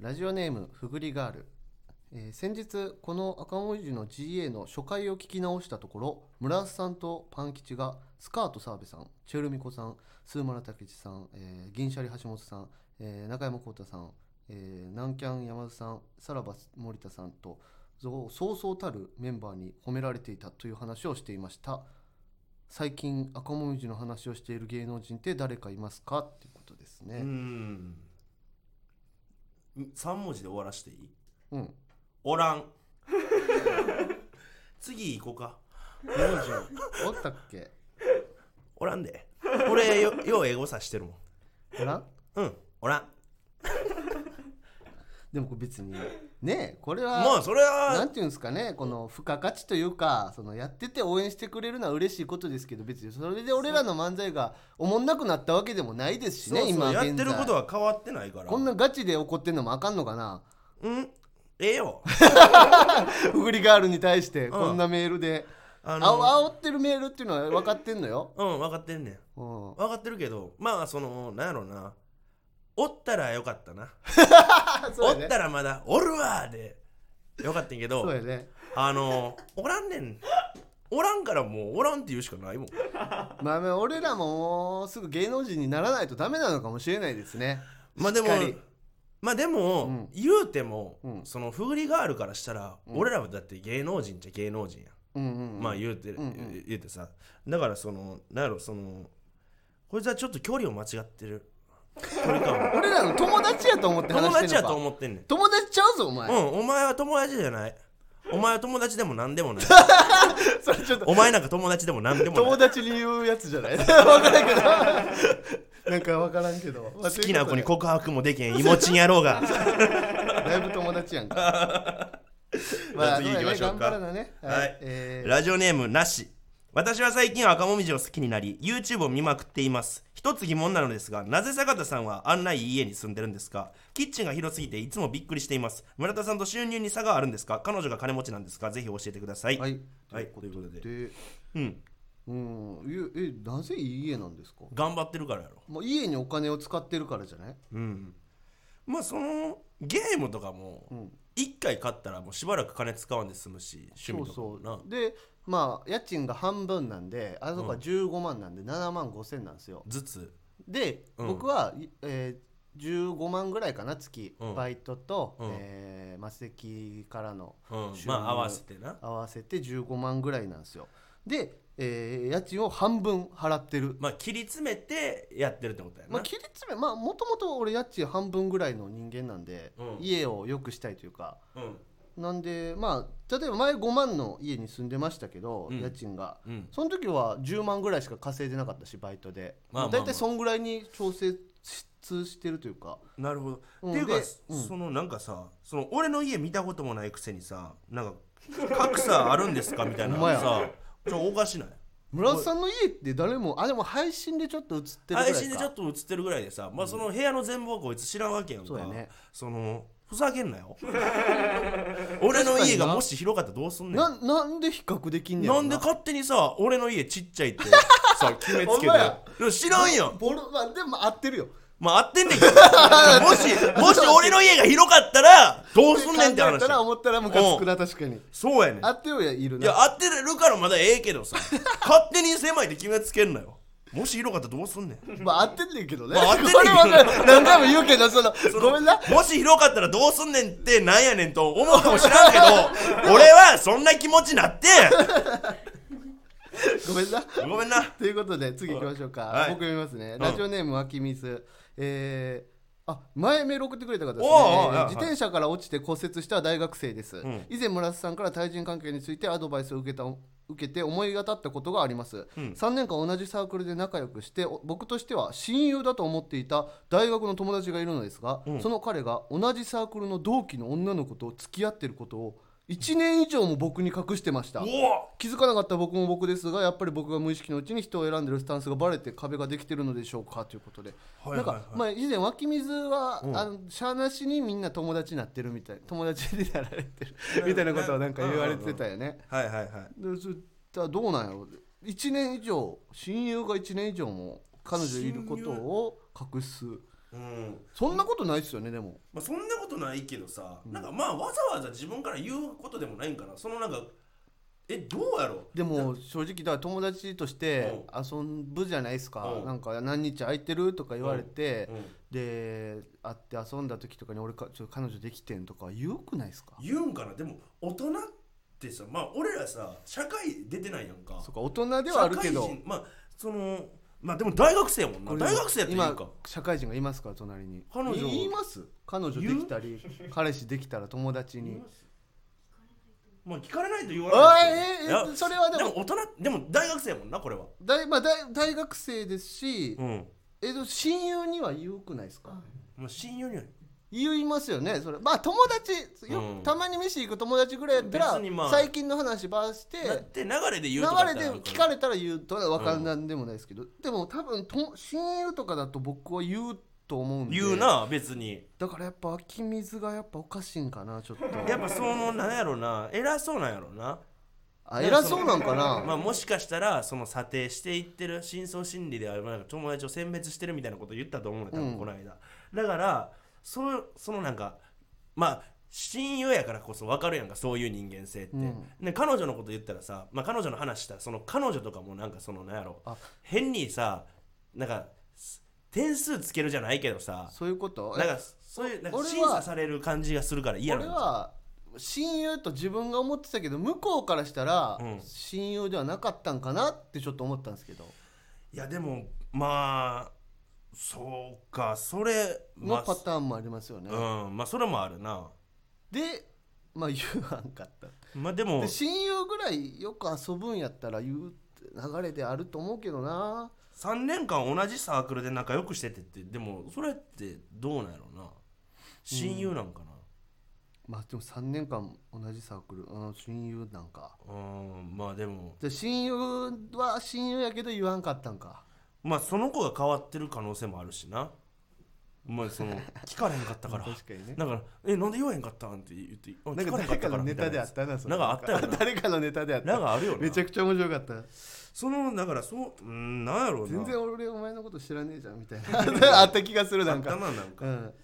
ラジオネームふぐりガール、えー先日この赤文字の GA の初回を聞き直したところ村瀬さんとパン吉がスカート澤部さんチェルミコさんスーマラタケチさん、えー銀シャリ橋本さん、えー中山浩太さん、えー南キャン山田さんさらば森田さんとそうそうそうたるメンバーに褒められていたという話をしていました最近赤もみじの話をしている芸能人って誰かいますかっていうことですうーねん3文字で終わらしていいうんおらん 次行こうか名字おったっけおらんで俺よよう英語さしてるもんおらんうんおらんでもこれ別にねこれはもうそれなはんていうんですかねこの付加価値というかそのやってて応援してくれるのは嬉しいことですけど別にそれで俺らの漫才がおもんなくなったわけでもないですしそうねそう今現やっ在てることは変わってないからこんなガチで怒ってんのもあかんのかなうんええよふぐりガールに対してこんなメールで、ああの煽ってるメールっていうのは分かってんのよ、うん分かってんねんうん、分かってるけどまあそのなんやろなおったらよかったな、あおそうやっねたらまだおるわでよかったんやけどそうやねあのおらんねんおらんからもうおらんって言うしかないもんまあまあ俺らももうすぐ芸能人にならないとダメなのかもしれないですねまあでもしっかりまあでも、うん言うても、うんそのフーリガールからしたら、うん俺らはだって芸能人じゃ芸能人や、うんうんうんん、まあ言うて、うんうん言うてさだからそのなんやろそのこいつはちょっと距離を間違ってる距離感を俺らの友達やと思って友 話してるのか達やと思ってんねん友達ちゃうぞお前、うんお前は友達じゃないお前は友達でも何 でもないそれちょっとお前なんか友達でも何でもな友い達に言うやつじゃ ない分からんけどなんか分からんけど好好きな子に告白もできへんいもちんやろうがだいぶ友達 やんかまあじゃあ次行きましょうかそうやね頑張らなねはいえーラジオネームなし私は最近赤もみじを好きになり YouTube を見まくっています一つ疑問なのですがなぜ坂田さんはあんないい家に住んでるんですかキッチンが広すぎていつもびっくりしています村田さんと収入に差があるんですか彼女が金持ちなんですかぜひ教えてください、はいい、はいということででうんうんゆえなぜいい家なんですか頑張ってるからやろもう家にお金を使ってるからじゃないうんまあそのゲームとかもん一回買ったらもうしばらく金使わんで済むし趣味とかもなそうそうでまあ家賃が半分なんであそこは15万なんで7万5千なんですよずつで、うん僕は、いえー、15万ぐらいかな月、うんバイトと、うんえーマセキからのうん収入まあ合わせてな合わせて15万ぐらいなんですよで、えー家賃を半分払ってるまあ切り詰めてやってるってことやな、まあ切り詰めまあもともと俺家賃半分ぐらいの人間なんで、うん家を良くしたいというかうんなんでまあ例えば前5万の家に住んでましたけど、うん家賃がうんその時は10万ぐらいしか稼いでなかったしバイトで、まあまあまあ大体そんぐらいに調節してるというかなるほど、うんっていうか、でうんそのなんかさその俺の家見たこともないくせにさなんか格差あるんですかみたいなほんまやさちょおかしない村田さんの家って誰もあでも配信でちょっと映ってるぐらいか配信でちょっと映ってるぐらいでさ、まあ、その部屋の全貌はこいつ知らんわけやんかそうやねそのふざけん なよ俺の家がもし広かったらどうすんねんななんで比較できんねやなろんなで勝手にさ俺の家ちっちゃいって さ決めつほんけてまやでも知らんやんボロ、まあ、でも合ってるよまあ合ってん ねんけど もしもし俺の家が広かったらどうすんね んって考えたら話思ったらムカつくな確かにそうやねん合ってはいるいなや合ってるからまだええけど さ勝手に狭いで決めつけんなよもし広かったらどうすんねんまあ合ってんねんけどね、まあ合ってんねんけどこれは分かる何回も言うけどそのごめんなもし広かったらどうすんねんってなんやねんと思うかもしらんけど 俺はそんな気持ちなってごめんなごめんな ということで次行きましょうか、はい僕読みますね、んラジオネーム湧き水えーあ前メール送ってくれた方ですね、おうおうえーはい自転車から落ちて骨折した大学生です、ん以前村瀬さんから対人関係についてアドバイスを受けた受けて思い当たったことがあります、ん3年間同じサークルで仲良くしてお僕としては親友だと思っていた大学の友達がいるのですが、んその彼が同じサークルの同期の女の子と付き合ってることを1年以上も僕に隠してましたおお気づかなかった僕も僕ですがやっぱり僕が無意識のうちに人を選んでるスタンスがバレて壁ができてるのでしょうかということで、はいはいはいなんか、まあ、以前湧き水は、あのしゃあなしにみんな友達になってるみたい友達になられ てるみたいなことをなんか言われてたよね。はいはいはいでそしたらどうなんやろう1年以上親友が1年以上も彼女いることを隠すうんそんなことないっすよねでもまあ、そんなことないけどさ、なんかまあわざわざ自分から言うことでもないんかなそのなんかえどうやろでも正直だから友達として遊ぶじゃないですか、うんなんか何日空いてるとか言われて、う、うん、で会って遊んだ時とかに俺かちょ彼女できてんとか言うくないですか言うんかなでも大人ってさまあ俺らさ社会出てないやんかそうか大人ではあるけ社ど会人まあそのまあでも大学生やもんこれな大学生やって言うか今社会人がいますから隣に彼女言います彼女できたり彼氏できたら友達にまあ聞かれないと言わおいないええそれはででもも大人でも大学生やもんなこれは大,、まあ、大大学生ですし、うんえでも親友には言うくないですか、まあ親友には言いますよねそれまあ友達よ、うんたまに飯行く友達ぐらいやったら、別にまあ最近の話ばしてだって流れで流言うとかれってである聞らかれたら言うとは分からんなんでもないですけど、でも多分と親友とかだと僕は言うと思うんで言うな別にだからやっぱ湧き水がやっぱおかしいんかなちょっとやっぱそのなんやろな偉そうなんやろなあ偉そうなんかなまあもしかしたらその査定していってる深層心理ではなんか友達を選別してるみたいなこと言ったと思うね多うん分この間、だからそのそのなんかまあ親友やからこそ分かるやんかそういう人間性って、うんで彼女のこと言ったらさ、まあ、彼女の話したらその彼女とかもなんかそのなんやろあ変にさなんかす点数つけるじゃないけどさそういうことなんかそういうなんか俺は審査される感じがするから嫌な俺のは親友と自分が思ってたけど向こうからしたらうん親友ではなかったんかなってちょっと思ったんですけど、いやでもまあそうかそれまのあパターンもありますよね、うんまあそれもあるなでまあ 言わんかったまあでもで親友ぐらいよく遊ぶんやったら言う流れであると思うけどな3年間同じサークルで仲良くしててってでもそれってどうなんやろうな親友なんかまあでも3年間同じサークル、うん、親友なんかなうんまあでもじゃあ親友は親友やけど言わんかったんかまあその子が変わってる可能性もあるしなまあその 聞かれへんかったから確かにねだから「えなんで言わへんかったん?」って言って「あな聞んかかれへんか誰っかたかのら」ネみタたいなであやっつたなそれなんかあったよな 誰かのネタであったなんかあるよなめちゃくちゃ面白かったそのだからそううんなんやろうな全然俺お前のこと知らねえじゃんみたい なあった気がするなあんったか、ななんかうん、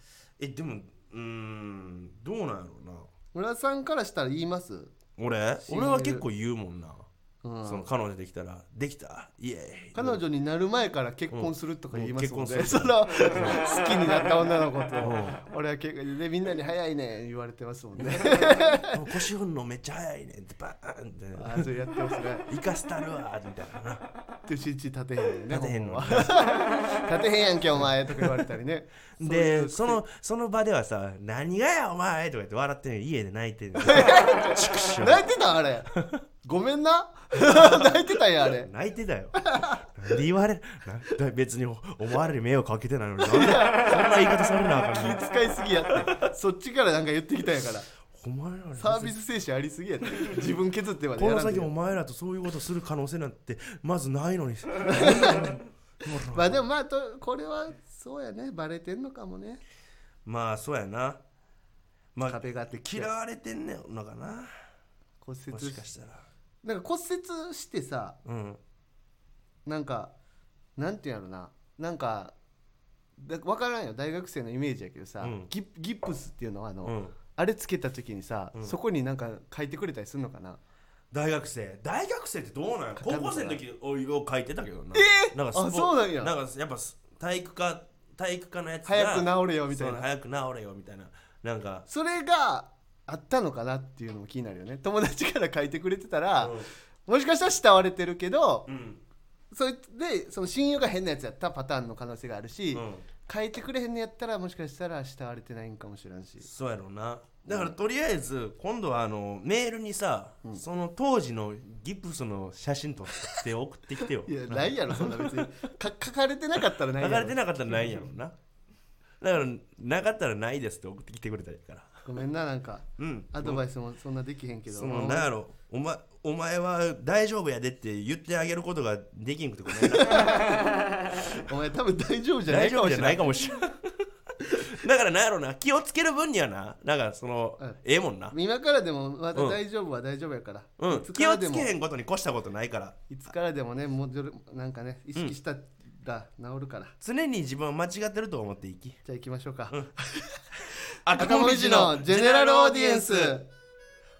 えでもうーんどうなんやろうな村田さんからしたら言います、俺親友俺は結構言うもんな、うんその彼女できたら「できたイエーイ」彼うん女になる前から結婚するとか言いますもんね、うんうん結そ婚の 好きになった女の子と、俺は結構でみんなに「早いね」言われてますもん ね「腰振んのめっちゃ早いねん」ってバーンってああそれやってますね「生かしたるわ」みたいななって一日立てへんよね立てへんのほまは立てへんやんけお前とか言われたりねでそそういうのその場ではさ「何がやお前」とか言って笑ってんのに家で泣いてんの畜生泣いてたあれごめんな 泣いてたんやあれ泣いてたよなんで言われるなんだ別に思われる迷惑かけてないのになんでそんな言い方されなあかんね ん気使いすぎやってそっちからなんか言ってきたんやからお前らサービス精神ありすぎやって自分削ってまでこやのらん先でお前らとそういうことする可能性なんてまずな いのにまあでもまあとこれはそうやねバレてんのかもねまあそうやなまあ壁があって嫌われてんねんのかな骨も折ししかしたらなんか骨折してさうんなんかなんていうんやろななんかだ分からんよ大学生のイメージやけどさ、うんギプギプスっていうのはあの、うんあれつけた時にさ、うんそこになんか書いてくれたりするのかな大学生大学生ってどうなんやかか高るのかな校生の時およく書いてたけどなえーなんかスポあそうなんやなんかやっぱす体育科体育科のやつが早く治れよみたいそうな早く治れよみたいななんかそれがあったのかなっていうのも気になるよね友達から書いてくれてたら、もしかしたら慕われてるけど、うんそれでその親友が変なやつやったパターンの可能性があるし、うん変えてくれへんのやったらもしかしたら慕われてないんかもしれんしそうやろうなだからとりあえず今度はあのメールにさ、その当時のギプスの写真撮って送ってきてよいや ないやろそんな別にか書かれてなかったらない流やろれてなかったらないんやろうなだからなかったらないですって送ってきてくれたらいいからごめんななんかうんアドバイスもそんなできへんけどそのなんやろお前お前は大丈夫やでって言ってあげることができんくてごめん なお前多分大丈夫じゃな大い丈か夫もじしゃれなないいかもしれないだからなんやろな気をつける分にはななんかその、うんええもんな今からでもまだうん大丈夫は大丈夫やから、ういんつか気をらでつもけへんことに越したことないからいつからでもねもうちょろなんかね意識しただ治るから常に自分は間違ってると思っていきじゃあ行きましょうか、赤赤ももみみじじののジジェェネネララルルオオーーデディィエエンンスス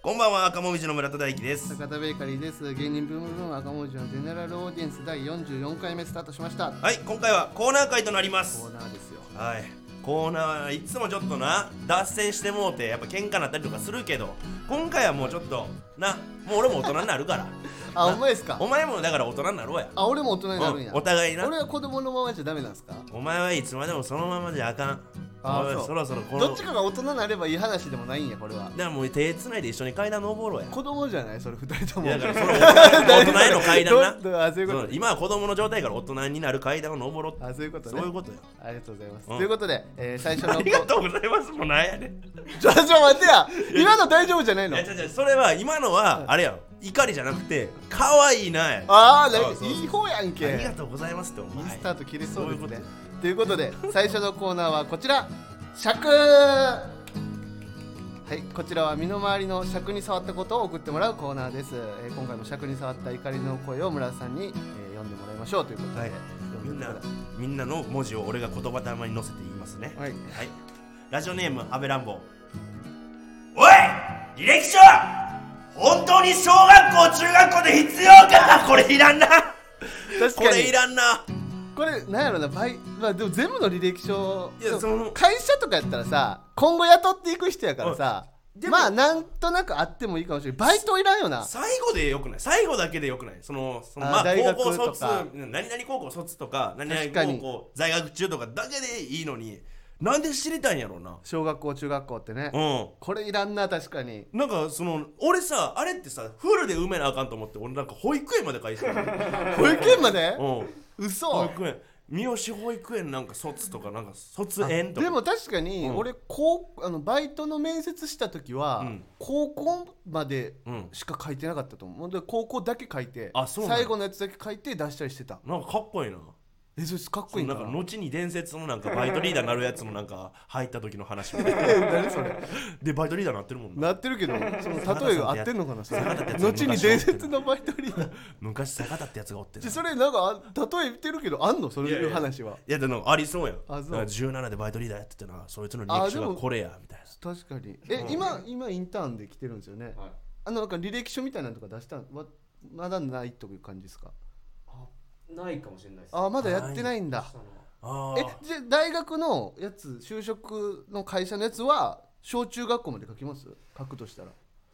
こんばんは赤もみじの村田大樹です坂田ベーカリーです芸人ブームブーム赤文字のジェネラルオーディエンス第44回目スタートしましたはい今回はコーナー会となりまコすーナーですよはいコーナーはいつもちょっとな脱線してもうてやっぱ喧嘩なったりとかするけど今回はもうちょっとなもう俺も大人になるから あお前ですかお前もだから大人になろうやあ俺も大人になるんや、うんお互いな俺は子供のままじゃダメなんですかお前はいつまでもそのままじゃあかんあおいそうろそろこのどっちかが大人になればいい話でもないんやこれはだからもう手つないで一緒に階段登ろうや子供じゃないそれ二人ともいやだからそれ大人大人への 階段などどあそういうこそうと今は子供の状態から大人になる階段を登ろうってあそういうことそうねいうことよありがとうございます、うんということで、えー、最初のありがとうございますもうなんやねんちょちょ待ってや今の大丈夫じゃないいのや違う違うそれは今のはあれやん怒りじゃなくて可愛いなやんあああなそんうかそういい方やんけりがとうございますっておいい前スタート切れそうですそういねうこ。ということで、最初のコーナーはこちら、尺はい、こちらは身の回りの尺に触ったことを送ってもらうコーナーです。えー今回も尺に触った怒りの声を村田さんに、えー読んでもらいましょうということで、はいみ読んでもならいまみんなの文字を俺が言葉玉に載せて言いますねすはい、はい、ラジオネーム安倍乱暴おい履歴書本当に小学校中学校で必要かこれいらんな確こかれいに、らんなこれ、なんやろな、バイまあ、でも全部の履歴書、いやその会社とかやったらさ、今後雇っていく人やからさ、でもまあ、なんとなくあってもいいかもしれない。バイトいらんよな。最後でよくない最後だけでよくないそのそのあーまあ大高学校卒とか何々高校卒とか何確か々に高校在学中とかだけでいいのになんで知りたいんやろうな小学校、中学校ってね。うんこれいらんな確かになんかその俺さあれってさフルで埋めなあかんと思って俺なんか保育園まで返してる 保育園までうん保嘘育園三好保育園なんか卒とかなんか卒園とかでも確かにうん俺高あのバイトの面接した時はうん高校までうんしか書いてなかったと思うで高校だけ書いてあそうなんや最後のやつだけ書いて出したりしてたなんかかっこいいなえそれかっこいいんなだんかな後に伝説のなんかバイトリーダーになるやつもなんか入った時の話みたい 誰それでバイトリーダーなってるもんななってる けどその例えが合ってんのかなそれ坂田ってやつ後に伝説のバイトリーダー昔坂田ってやつがおってなでそれなんかあ例え言ってるけどあんのそういやいいうや話はいやでもありそうやんあそうなんか17でバイトリーダーやっててなそいつの歴史あでがもこれやみたい確かにえ今今インターンで来てるんですよねな、あのなんか履歴書みたいなのとか出したのはまだないという感じですかないかもしれないです。あまだやってないんだしたのはあえあじゃあ大学のやつ就職の会社のやつは小中学校まで書きます書くとしたら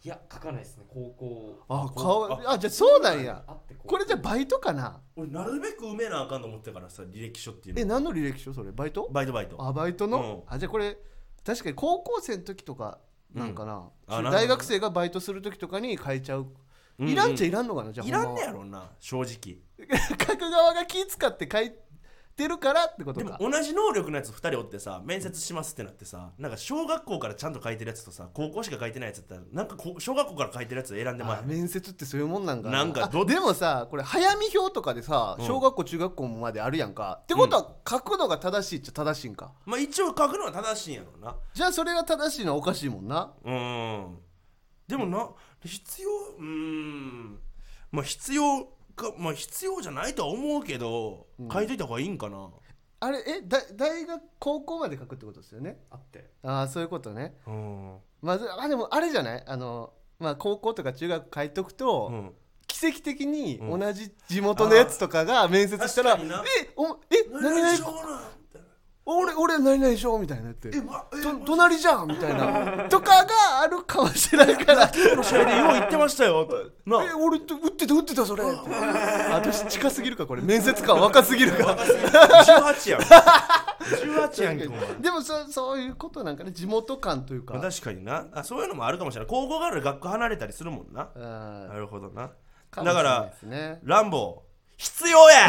いや、書かないですね、高校。あこ顔あじゃあそうなんやあってここれじゃバイトかな俺なるべく埋めなあかんと思ってたからさ履歴書っていうえの何の履歴書それバイトバイトバイトあバイトの、あじゃあこれ確かに高校生の時とかなんかな、うんあなるほど大学生がバイトする時とかに書いちゃう、いらんちゃいらんのかなじゃあいらんほねまはやろな正 直書く側が気使って書いてるからってことでかも同じ能力のやつ2人おってさ面接しますってなってさなんか小学校からちゃんと書いてるやつとさ高校しか書いてないやつだったらなんかこう小学校から書いてるやつ選んでまあ面接ってそういうもんなんかなんあかどっでもさこれ早見表とかでさうん小学校中学校まであるやんか、ってことは書くのが正しいっちゃ正しいんかまあ一応書くのは正しいんやろうなじゃあそれが正しいのはおかしいもんなうーんでもな必要うーんまあ必要かまあ必要じゃないとは思うけど、うん書いといた方がいいんかな、あれえだ大学高校まで書くってことですよねあって。ああそういうことねうんまずあでもあれじゃないあのまあ高校とか中学書いとくと、うん、奇跡的にうん同じ地元のやつとかが面接したら「あー確かになえおえ何何し々ようなみたいな俺俺何々しよう」みたいになってえまえと隣じゃんみたいなとかがあるかもしれない から今日の試合でよう言ってましたよとなえ俺と打ってた打ってたそれって私近すぎるかこれ面接官若すぎるか18やん 18やんけお前でもそそういうことなんかね地元感というまあか確かになあそういうのもあるかもしれない高校から学校離れたりするもんななあるほどなーだかもらしれないですねランボー必要や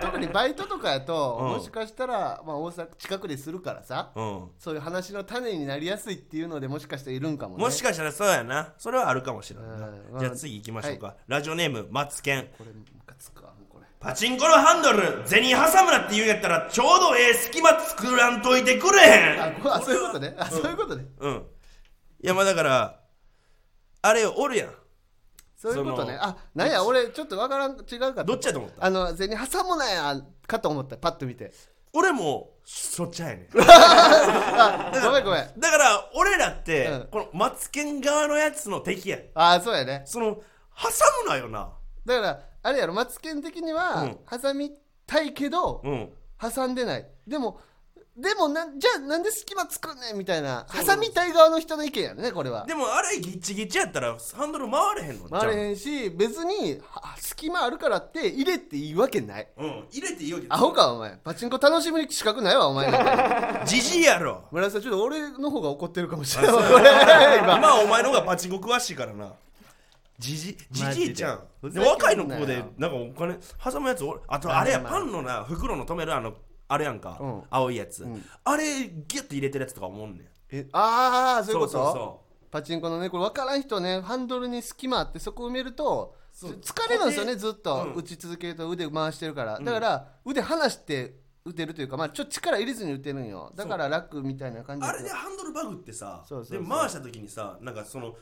特にバイトとかやとうんもしかしたら、まあ、大阪近くでするからさうんそういう話の種になりやすいっていうのでもしかしたらいるんかもねもしかしたらそうやなそれはあるかもしれないなうんまあじゃあ次行きましょうか、ラジオネームマツケンこれムカつくわもうこれパチンコのハンドル銭挟むなって言うんやったらちょうどええ隙間作らんといてくれへあんこあそういうことねあそういうことねうんいやまあだからあれよおるやんそういうことねそのあなんや俺ちょっとわからん違うかどっちやと思ったあの銭挟むなやかと思ったパッと見 て俺もそっちゃやねんあごめんごめん だから俺らって、うんこのマツケン側のやつの敵やんあそうやねその挟むなよなだからあれやろマツケン的には、うん挟みたいけど、うん挟んでないでもでもなんじゃあなんで隙間作んねんみたいな挟みたい側の人の意見やねこれはでもあれギッチギチやったらハンドル回れへんの回れんへんし別には隙間あるからって入れっていいわけないうん入れていいよアホかお前パチンコ楽しむ資格ないわお前なんかじじいやろ村井さんちょっと俺の方が怒ってるかもしれないわ これ今お前の方がパチンコ詳しいからなじじじじいちゃんマジでで若いの子でなんかお金挟むやつ俺あとあれやパンのな袋の止めるあのあれやんか、うん青いやつ、うんあれギュッて入れてるやつとか思うねんえああそういうことそうそパチンコのねこれ分からん人ねハンドルに隙間あってそこ埋めるとそう疲れるんですよねずっと、うん打ち続けると腕回してるからだから、腕離して打てるというかまあちょっと力入れずに打てるんよだから楽みたいな感うじあだけれでどハンドルバグってさそうそうそうで回した時にさなんかその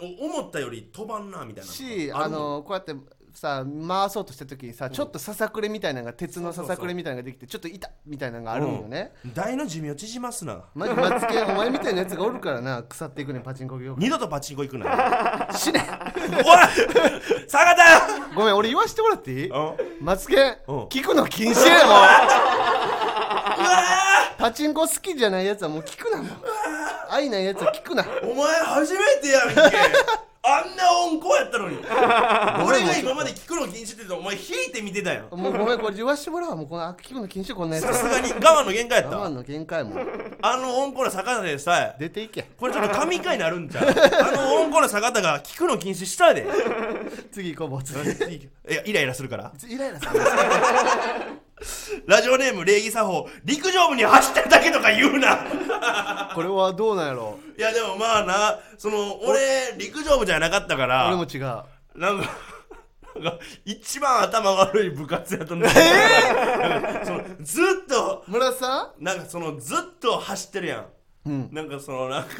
お思ったより飛ばんなみたいなしるあのこうやってさ回そうとした時にさ、ちょっとささくれみたいなのが鉄のささくれみたいなのができてちょっと痛っみたいなのがあるんよね、大の寿命縮ますなマジマツケンお前みたいなやつがおるからな腐っていくねんパチンコ業界二度とパチンコ行くな 死ねおい坂田ごめん俺言わしてもらっていい うんマツケンうん聞くの禁止やもううわーパチンコ好きじゃないやつはもう聞くなもう愛ないやつは聞くなお前初めてやんけあんな温厚やったのに俺が今まで聞くの禁止って言ってたお前引いて見てたやんもうごめんこれ言わしてもらうわもうこの聞くの禁止こんなやつさすがに我慢の限界やっ我慢たの限界もあの温厚な坂田でさえ出ていけこれちょっと神回になるんちゃうあの温厚な坂田が聞くの禁止したで次行こうもう次いやイライラするからイライラするラジオネーム礼儀作法陸上部に走ってるだけとか言うなこれはどうなんやろういやでもまあなその俺陸上部じゃなかったから俺も違うなんかなんか一番頭悪い部活やと思う、なんかそのずっと村さなんかそのずっと走ってるやんうんんなんかそのなんか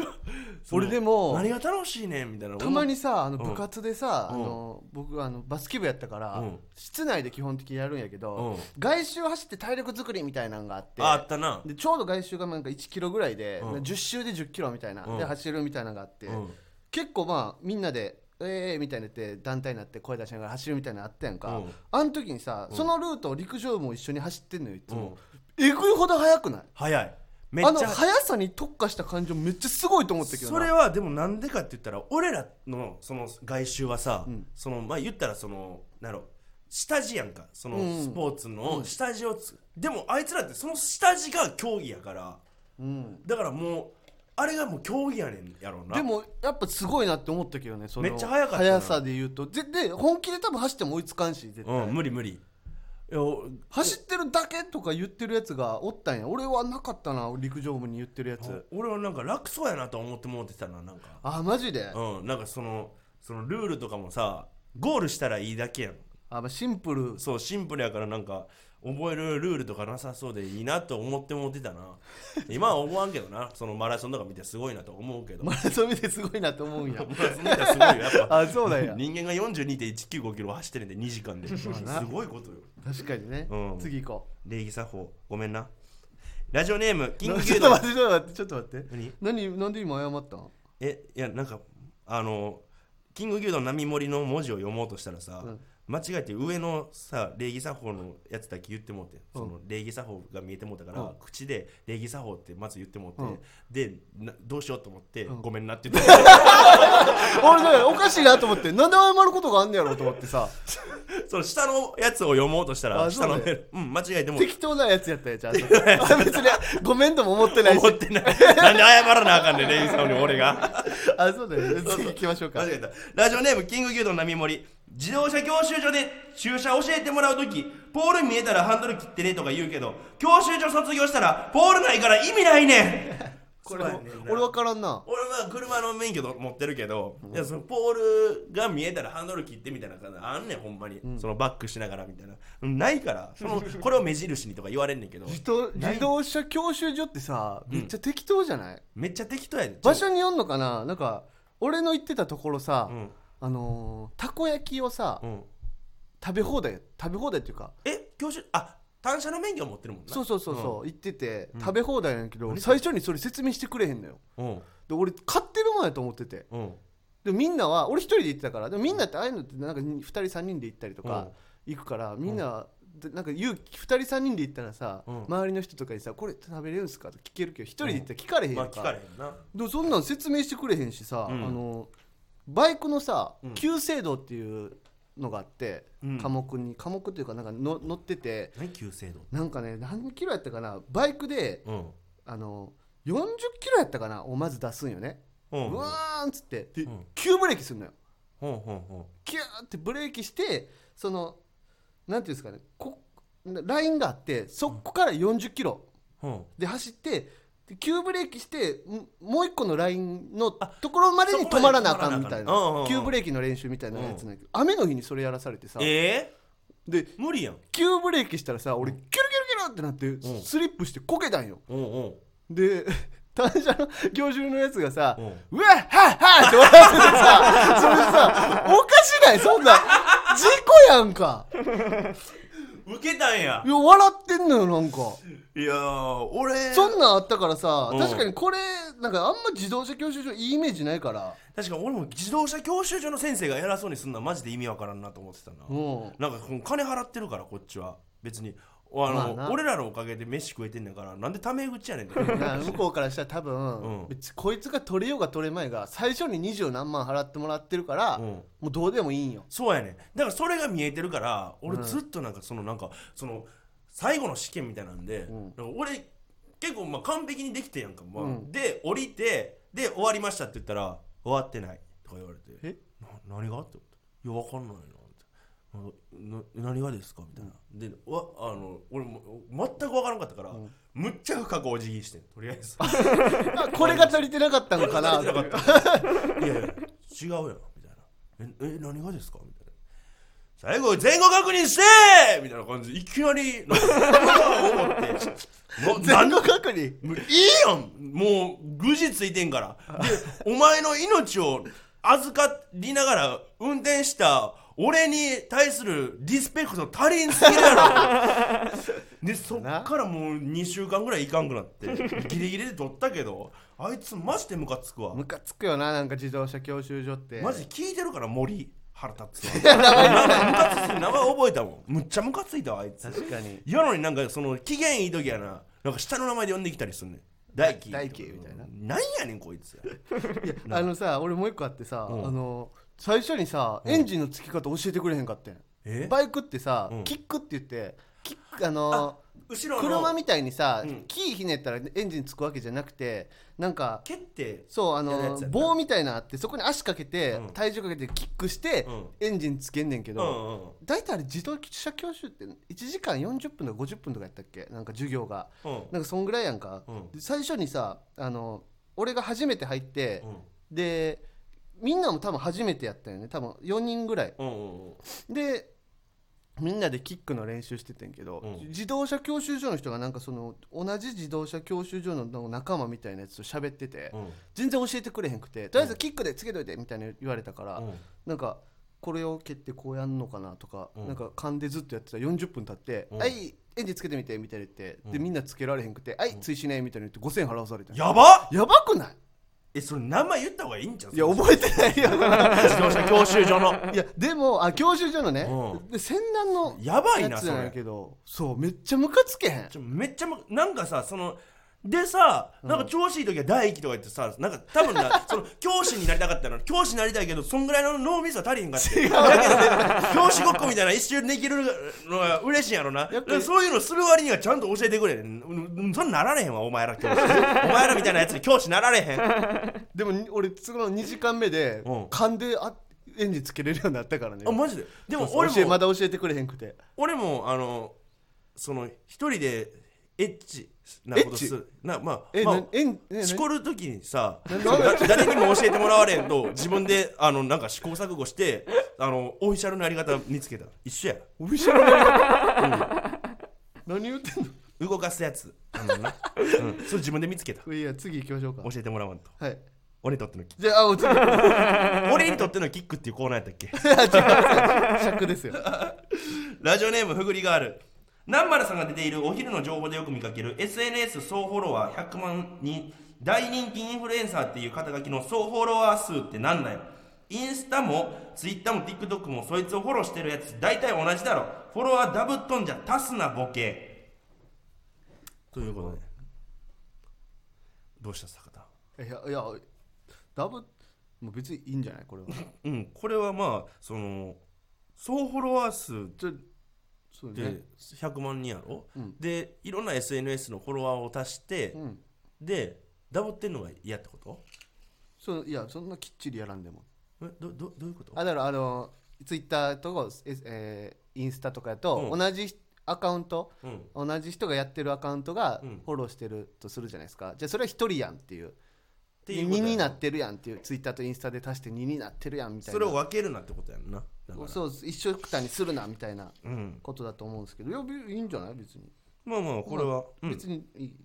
その俺でも何が楽しいねんみたいなたまにさあのうん部活でさ、うんあの僕あのバスケ部やったから、うん室内で基本的にやるんやけど、うん外周走って体力作りみたいなのがあってああったなでちょうど外周がなんか1キロぐらいで、うん10周で1 0キロみたいな、うんで走るみたいなのがあって、うん結構まあみんなで「えー」みたいになって団体になって声出しながら走るみたいなのあったやんか、うんあの時にさ、そのルートを陸上部も一緒に走ってんのよいつも、えぐいほど速くない早いめっあのちゃ速さに特化した感じもめっちゃすごいと思ったけどそなれはでもなんでかって言ったら俺らのその外周はさ、うんそのまあ言ったらそのなんやろ下地やんかそのうんスポーツの下地をつ、でもあいつらってその下地が競技やからうん、だからもうあれがもう競技やねんやろうなでもやっぱすごいなって思ったけどねそのめっちゃ速かったな速さで言うとでで本気で多分走っても追いつかんし絶対、うん無理無理いやお走ってるだけとか言ってるやつがおったんや俺はなかったな陸上部に言ってるやつ俺はなんか楽そうやなと思ってもうてたななんかあマジでうんなんかそのそのルールとかもさゴールしたらいいだけやんあまあシンプルそうシンプルやからなんか覚えるルールとかなさそうでいいなと思ってもうてた な今は思わんけどなそのマラソンとか見てすごいなと思うけどママラソン見てすごいなって思 うんやラソン見たらすごいよやっぱあ そうなんや人間が42.195キロ走ってるんで2時間ですごいことよ確かにね、うん次行こ礼儀作法ごめんなラジオネームう緊 ちょ急っと度待ってちょっと待ってちょっと待って何何なんで今謝ったん えいやなんかあのキング牛丼並盛りの文字を読もうとしたらさ、うん間違えて上のさ礼儀作法のやつだけ言ってもうて、その礼儀作法が見えてもうたから、うん口で礼儀作法ってまず言ってもうて、うんでなどうしようと思って、うんごめんなって 言って俺ねおかしいなと思ってなんで謝ることがあんねやろうと思ってさその下のやつを読もうとしたらあ下のそうねメールうん間違えてもう適当なやつやったやつあそこ あ別にごめんとも思ってないし思ってないなんで謝らなあかんねん礼儀作法に俺があそうだよね次行きましょうか間違えたラジオネームキング牛丼並盛り自動車教習所で駐車教えてもらう時ポール見えたらハンドル切ってねとか言うけど教習所卒業したらポールないから意味ないね んこれそうやねんな俺わからんな俺は車の免許と持ってるけど、いやそのポールが見えたらハンドル切ってみたいな感じあんねんほんまに、そのバックしながらみたいなうんないからそ のこれを目印にとか言われんねんけど自動ない自動車教習所ってさめっちゃ適当じゃない、めっちゃ適当やで場所によんのかななんか俺の行ってたところさ、うんあのーたこ焼きをさうん、食べ放題食べ放題っていうかえ教習あ単車の免許持ってるもんなそうそうそうそう、言っててうん食べ放題なんやけど、何そ最れ初にそれ説明してくれへんのようんで俺買ってるもんやと思っててうんでもみんなは俺一人で行ってたからでもみんなってああいうのってなんか2人3人で行ったりとか行くからみんな、でなんか勇気2人3人で行ったらさ、うん周りの人とかにさ「これ食べれるんすか?」と聞けるけど一人で行ったら聞かれへんまやあん聞か,、かれへんなでそんなん説明してくれへんしさ、うんあのバイクのさうん旧制度っていうのがあって、うん科目に科目っていうかなんかの乗ってて何急制度なんかね何キロやったかなバイクでうんあの40キロやったかなをまず出すんよね、ううんうんわーんっつってで、うん急ブレーキするのようんうんキューってブレーキしてそのなんていうんですかねこラインがあってそこから40キロうんで走ってで急ブレーキしてんもう一個のラインのところまでにそ止こまでまらなあかんみたい止まらなあかんうんうんうなん急ブレーキの練習みたいなやつなんやけど雨の日にそれやらされてさえでー、無理やん急ブレーキしたらさ俺キュルキュルキュルってなってうんスリップしてこけたんようんうんで 単車の教習のやつがさうんうわっはっはっって笑っててさそれさおかしないそんな事故やんか受けたんやいや笑ってんのよなんかいやー俺そんなんあったからさうん確かにこれなんかあんま自動車教習所いいイメージないから確か俺も自動車教習所の先生が偉そうにすんのはマジで意味わからんなと思ってたな、うんなんかこの金払ってるからこっちは別にあの、まあな俺らのおかげで飯食えてんねんからなんでタメ口やねんって な向こうからしたら多う分ん別にこいつが取れようが取れまいが最初に二十何万払ってもらってるからうんもうどうでもいいんよそうやねんだからそれが見えてるから俺うんずっとなんかそのなんかその最後の試験みたいなんで、んなんか俺結構まあ完璧にできてやんか、まあうんで降りてで終わりましたって言ったら終わってないとか言われてえな何がって思って「いや分かんないな」ってな「な何がですか?」みたいな、でわあの俺も全く分からんかったから、むっちゃ深くお辞儀してんとりあえずあこれが足りてなかったのかな なかった いやいや違うやんみたいなええ何がですかみたいな最後前後確認してみたいな感じでいきなり なんか思ってな前なん後確認もういいやんもうぐじついてんからでお前の命を預かりながら運転した俺に対するリスペクト足りんすぎるやろでそっからもう2週間ぐらいいかんくなってギリギリで取ったけどあいつマジでムカつくわムカつくよななんか自動車教習所ってマジ聞いてるから森腹立つ わ名前ムカつくし名前覚えたもんむっちゃムカついたわあいつ確かにやのになんかその機嫌いい時やななんか下の名前で呼んできたりすんねん大輝大輝みたいななんやねんこいついやあのさ俺もう一個あってさ、うんあの最初にさ、エンジンのつき方教えてくれへんかってんえバイクってさ、うんキックって言ってキックあの後ろの車みたいにさ、うんキーひねったらエンジンつくわけじゃなくてなんか蹴ってそうあやるやのつやんな棒みたいなのあってそこに足かけて、うん体重かけてキックして、うんエンジンつけんねんけうんど、大体あれ自動車教習って1時間40分とか50分とかやったっけなんか授業がうんうんなんかそんぐらいやんか、うんで最初にさあの俺が初めて入って、うんでみんなも多分初めてやったよね多分4人ぐらいうんうんうんでみんなでキックの練習しててんけど、うん自動車教習所の人がなんかその同じ自動車教習所の仲間みたいなやつと喋ってて、うん全然教えてくれへんくてとりあえずキックでつけといてみたいな言われたから、うんなんかこれを蹴ってこうやんのかなとか、うんなんか勘でずっとやってたら40分経って「うんはいエンジンつけてみて」みたいな言って、でうんみんなつけられへんくて「はい追試ね」みたいな言って5000払わされたややばっやばくないえそれ名前言った方がいいんじゃんいや覚えてないよ自動車教習所のいやでもあ教習所のね、うで洗顔のやばいなやつそなんやれけどそうめっちゃムカつけへんちょめっちゃむなんかさそのでさなんか調子いい時は大輝とか言ってさなんか多分 なその教師になりたかったの教師になりたいけどそんぐらいの脳みそは足りへん かってだけど、ね、教師ごっこみたいな一瞬できるのが嬉しいんやろなやっぱりそういうのする割にはちゃんと教えてくれうんうんそんななられへんわお前ら教師お前らみたいなやつに教師なられへんでもに俺その2時間目でうん勘であエンジンつけれるようになったからねあマジででもそうそう俺教えまもだ教えてくれへんくて俺もあのその一人でエッチなことするなまあえ、まあなえんえしこる時にさなだ誰にも教えてもらわれんと自分であのなんか試行錯誤してあのオフィシャルのやり方見つけた一緒やオフィシャルな何言ってん動かすやつあのな、うん、それ自分で見つけた のいや次行きましょうか教えてもらわんとはい俺にとってのキッじゃ あ、あ、もうちょっと違ク俺にとってのキックっていうコーナーやったっけう。尺ですよ。ラジオネームふぐりガール南原さんが出ているお昼の情報でよく見かける SNS 総フォロワー100万人大人気インフルエンサーっていう肩書きの総フォロワー数ってなんだよインスタもツイッターも TikTok もそいつをフォローしてるやつ大体同じだろフォロワーダブっとんじゃ足すなボケということでどうした坂田いや、いや、ダブ、もう別にいいんじゃないこ れは。うんこれはまあその総フォロワー数ちょそうねで。100万人やろ、うんでいろんな SNS のフォロワーを足して、うん。でダボってんのが嫌ってことそういや、そんなきっちりやらんでも。えどどどういうことあだからあのツイッターとか、ええーインスタとかやと、うん同じアカウントうん同じ人がやってるアカウントがうんフォローしてるとするじゃないですか、じゃあそれは1人やんっていうていう2ことやなになってるやんっていうツイッターとインスタで足して2になってるやんみたいそなれを分けるなってことやんなだからそう一緒くたにするなみたいなうん、ことだと思うんですけどいやびいいんじゃない別にまあまあこれは、うん別にいい、うん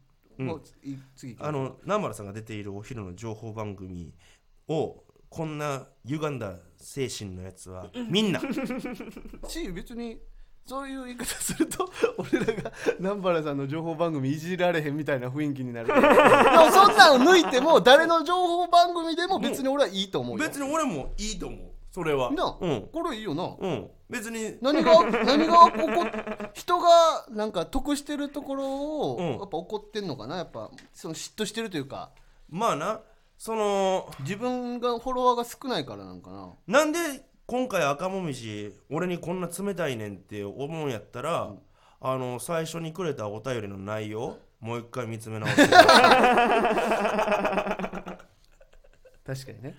もういい次行きまあしょうの南原さんが出ているお昼の情報番組をこんな歪んだ精神のやつはみんなし別にそういう言い方すると 俺らが南原さんの情報番組いじられへんみたいな雰囲気にな るでもそんなの抜いても誰の情報番組でも別に俺はいいと思うよ別に俺もいいと思うそれはなあうん、これいいよなうん、別に何が何が起こっ人がなんか得してるところをうんやっぱ怒ってんのかなやっぱその嫉妬してるというかまあなその自分がフォロワーが少ないからなんかななんで今回赤もみじ俺にこんな冷たいねんって思うんやったら、あの最初にくれたお便りの内容もう一回見つめ直して確かにね、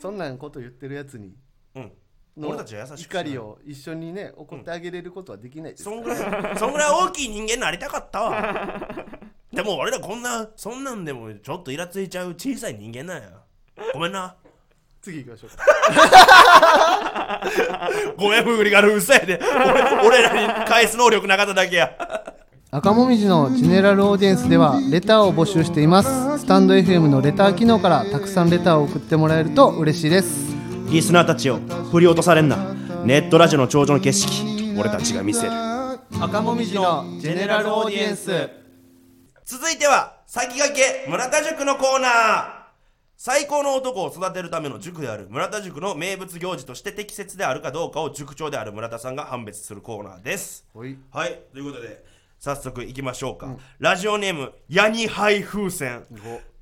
そんなこと言ってるやつにうんの俺たちは優しくしな怒いりを一緒にね怒ってあげれることはできないですそんぐらい そんぐらい大きい人間になりたかったわ でも俺らこんなそんなんでもちょっとイラついちゃう小さい人間なんやごめんな次行きましょうかごめんふぐりがるうっさいで 俺俺らに返す能力なかっただけや赤もみじのジェネラルオーディエンスではレターを募集していますスタンド FM のレター機能からたくさんレターを送ってもらえると嬉しいですリスナーたちを振り落とされんなネットラジオの頂上の景色俺たちが見せる赤もみじのジェネラルオーディエンス続いては先駆け村田塾のコーナー最高の男を育てるための塾である村田塾の名物行事として適切であるかどうかを塾長である村田さんが判別するコーナーですはいはいということで早速いきましょうか、ラジオネームヤニハイ風船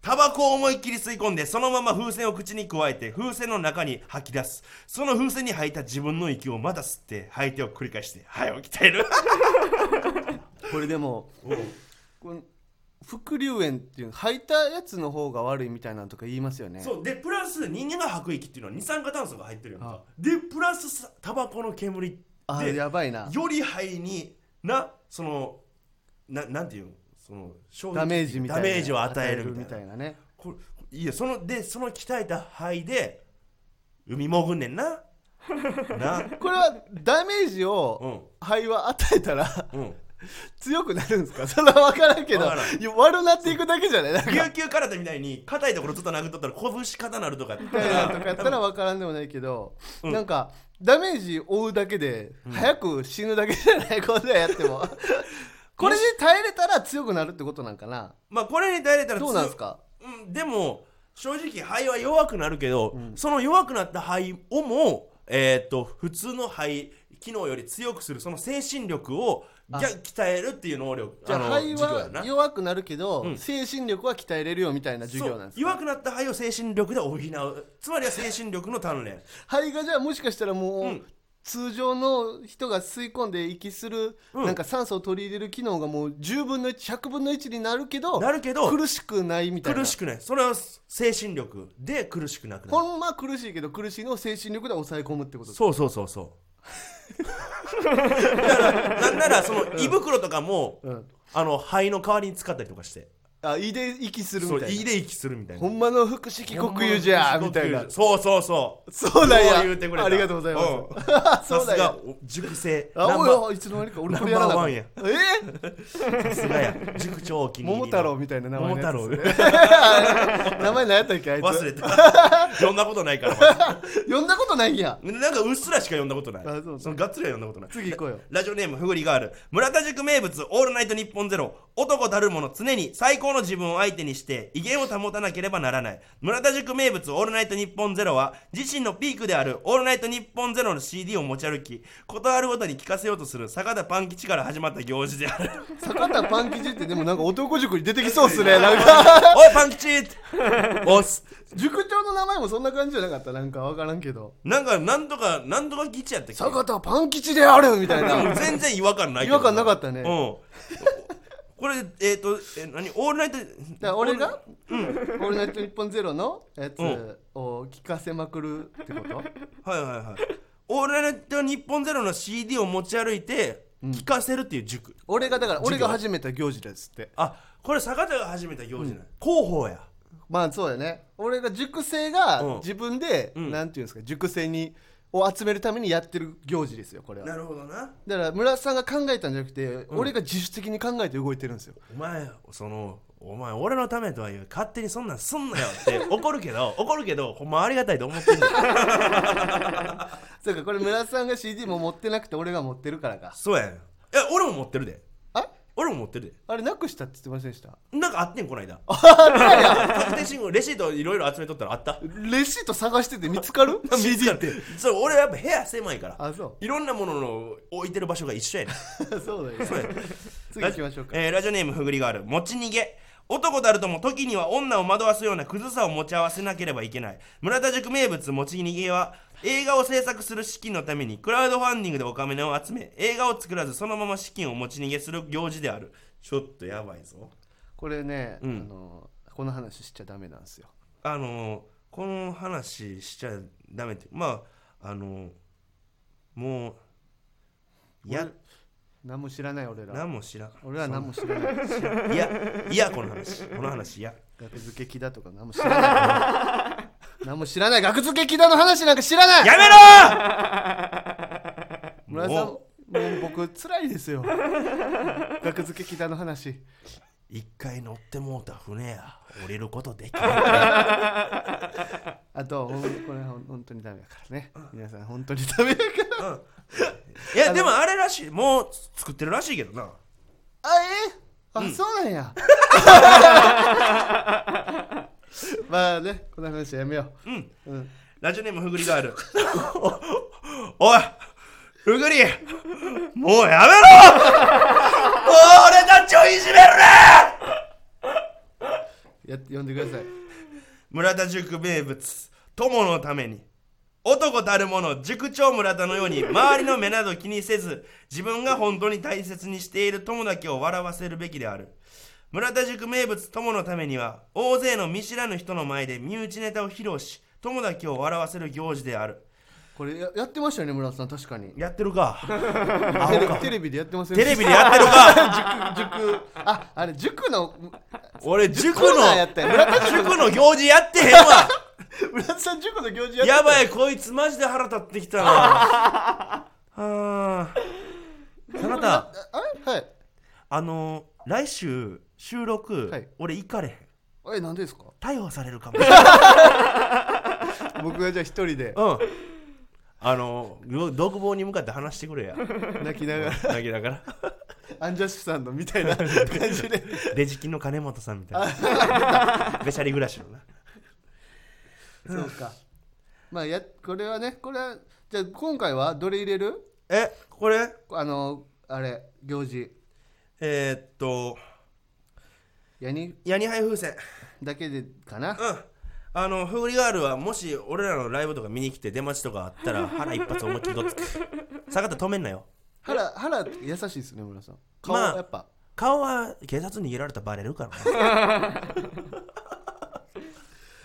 タバコを思いっきり吸い込んでそのまま風船を口に加えて風船の中に吐き出すその風船に吐いた自分の息をまた吸って吐いてを繰り返して肺を鍛えるこれでもこの副流炎っていう吐いたやつの方が悪いみたいなのとか言いますよねそうでプラス人間が吐く息っていうのは二酸化炭素が入ってるやんあかでプラスさタバコの煙あでやばいなより肺になそのななんていうのその衝撃ダメージみたいなダメージを与えるみたいな与えなねこれいやそのでその鍛えた肺で海潜んね んななこれはダメージうをん肺は与えたら うん強くなるんですかそれは分からんけどわからんいや悪なっていくだけじゃないなんか琉球空手みたいに硬いところずっと殴っとったら拳肩なるとかやっみたたいならとかやったら分からんでもないけど、なんかダメージ負うだけで早く死ぬだけじゃない、こんなんやっても これで耐えれたら強くなるってことなんかなまあこれに耐えれたらどうなんですかうん、でも正直肺は弱くなるけど、その弱くなった肺をも、えー、と普通の肺機能より強くするその精神力をぎゃ鍛えるっていう能力じゃのあ肺授業やは弱くなるけど、うん精神力は鍛えれるよみたいな授業なんでそすう弱かくなった肺を精神力で補うつまりは精神力の鍛錬肺がじゃあもしかしたらもう、うん通常の人が吸い込んで息する、うんなんか酸素を取り入れる機能がもう10分の1100分の1になるけどなるけど苦しくないみたいな苦しくないそれは精神力で苦しくなくなるほんま苦しいけど苦しいのを精神力で抑え込むってことですそうそうそうそうだからなんならその胃袋とかも、うんあの肺の代わりに使ったりとかしてあ胃で息するそみたういいいなで息するみたいなほんまの腹式呼吸じゃみたいなそうそうそうそうなんや言うてくれたありがとうございます、す そうさすなんやがお塾生あナンおバーやいつの間にか俺これやらなかったナンえバさすがや塾長お気ー、に入桃りの太郎みたいな名前のやつ桃 郎 太名前何やったっけあいつ忘 れた 読んだことないからま呼んだことないん やずなんかうっすらしか読んだことないあそうそのガッツリは読んだことない次行こうよラジオネームふぐりガール村田塾名物「オールナイトニッポンゼロ男たるもの常に最高の自分を相手にして威厳を保たなければならない村田塾名物「オールナイトニッポンゼロは自身のピークである「オールナイトニッポンゼロの CD を持ち歩き断るごとに聞かせようとする坂田パン吉から始まった行事で ある坂田パン吉ってでもなんか男塾に出てきそうっすねなんかおいパン吉って押す塾長の名前もそんな感じじゃなかったなんか分からんけどなんかなんとかなんとか吉やったっけ坂田パン吉であるみたいでもな全然違和感ないけど 違和感なかったねうん これえっ、とえ何オールナイトだから俺が「うん、オールナイトニッポンゼロのやつうんを聞かせまくるってことはいはいはい。オールナイト日本ゼロの CD を持ち歩いて聞かせるっていう塾。俺がだから俺が始めた行事ですってあこれ坂田が始めた行事なんや、広報や。まあそうやね俺が塾生うんが自分で、うんなんていうんですか塾生にを集めるためにやってる行事ですよこれはるほどな。だから村田さんが考えたんじゃなくて、俺が自主的に考えて動いてるんですよお前そのお前俺のためとは言う勝手にそんなんすんなよって怒るけど怒るけどほんまありがたいと思ってんだよ。そうかこれ村田さんが CD も持ってなくて俺が持ってるからかそうやん。いや俺も持ってるで。あ俺も持ってるあれなくしたって言ってませんでしたで。なんかあってんこないだ。確定信号レシートいろいろ集めとったらあった。レシート探して て見つかる CD ってそう俺はやっぱ部屋狭いから。あそいろんなものの置いてる場所が一 緒やねん。うそうだよそうやねん次行きましょうかえーラジオネームふぐりがある持ち逃げ男たるとも時には女を惑わすようなクズさを持ち合わせなければいけない村田塾名物持ち逃げは映画を制作する資金のためにクラウドファンディングでお金を集め映画を作らずそのまま資金を持ち逃げする行事であるちょっとやばいぞこれね、うんあのこの話しちゃダメなんですよあのーこの話しちゃダメってまああのーもうや俺何も知らない俺ら何も知らん俺ら何も知らないいやいやこの話この話いや学付け木だとか何も知ら ない何も知らない学付け木だの話なんか知らないやめろー村井さんももう僕辛いですよ 学付け木だの話う一回乗ってもうた船や降りることできないあとほんこれほん本当にダメだからね皆さん本当にダメだから いやでもあれらしいもう作ってるらしいけどなあえあ、そうなんや まあねこの話はやめよううんうんラジオネームふぐり があるおいふぐりもうやめろ もう俺たちをいじめるなや呼んでください村田塾名物友のために男たるもの塾長村田のように周りの目など気にせず自分が本当に大切にしている友だけを笑わせるべきである村田塾名物友のためには大勢の見知らぬ人の前で身内ネタを披露し友だけを笑わせる行事であるこれややってましたよね村田さん確かに やってるかテレテレビでやってませんテレビでやってる か塾塾ああれ塾の俺塾コーナーやったよの塾の行事やってへんわ村田さん塾の行事やってやばいこいつマジで腹立って きたなはああなたあれはいあのー来週収録、はい俺行かれへんえなんでですか逮捕される かもしれない僕がじゃあ一人でうんあのーど独房に向かって話してく れや泣きながら泣きながらアンジャッシュさんのみたいな感じでデジキンの金本さんみたいな べしゃり暮らしのなそうかまあやこれはねこれはじゃあ今回はどれ入れるえこれあのあれ行事えー、っとヤニヤニハイ風船だけでかなうんあのフーリガールはもし俺らのライブとか見に来て出待ちとかあったら 腹一発思いっきりごつく坂田止めんなよ腹腹優しいですね村さん顔まあやっぱ、顔は警察に逃げられたらバレるからな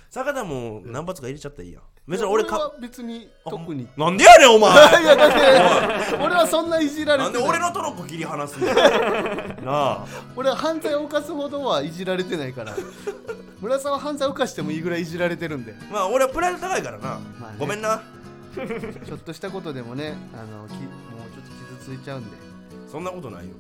坂田も何発か入れちゃったらいいやん別に俺いやかは別に 特になんでやねんお前 いやだって俺はそんないじられなてんでい 俺のトロッコ切り離すんだよなあ俺は犯罪を犯すほどはいじられてないから村さんは犯罪を犯してもいいぐらいいじられてるんでまあ俺はプライド高いからな、まあねごめんなちょっとしたことでもねあのきもうちょっと傷ついちゃうんでそんなことないよ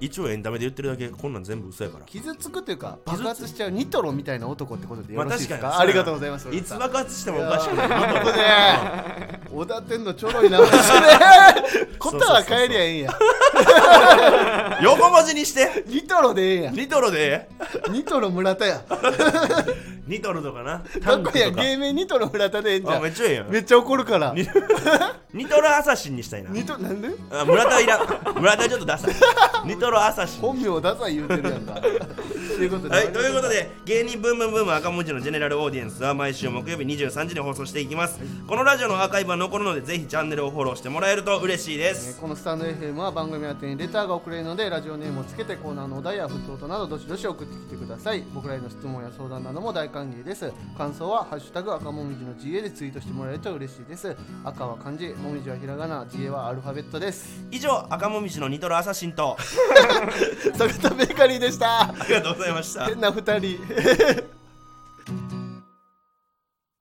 一応エンタメで言ってるだけこんなん全部嘘やから傷つくというか爆発しちゃうニトロみたいな男ってことでよまあろしいですか,、確かにあ、りがとうございますいつ村爆発してもおかしくないさんまあここで小田天のちょろ いな話 でこたは帰りゃええんや横文字にしてニトロでええんやニトロでニトロ村田やニトロとかなタかンっクこいいやとか芸名ニトロ村田でええんじゃあんめっちゃええやんめっちゃ怒る からニニトロアサシンにしたいなニトなんであ村田いらん村田ちょっとダサいニトロアサシン本名ダサい言うてるやん かということで、はい、ということで芸人ブームブーム赤文字のジェネラルオーディエンスは毎週木曜日23時に放送していきます、このラジオのアーカイブは残るのでぜひチャンネルをフォローしてもらえると嬉しいでえすーこのスタンド FM は番組宛てにレターが送れるのでラジオネームをつけてコーナーのお題や沸騰となどどしどし送ってきてください僕らへの質問や相談なども大歓迎です感想は「ハッシュタグ赤もみじの GA」でツイートしてもらえると嬉しいです赤は漢字もみじはひらがな GA はアルファベットです以上赤もみじのニトロアサシンと坂田ベーカリーでした ありがとうございました変な2人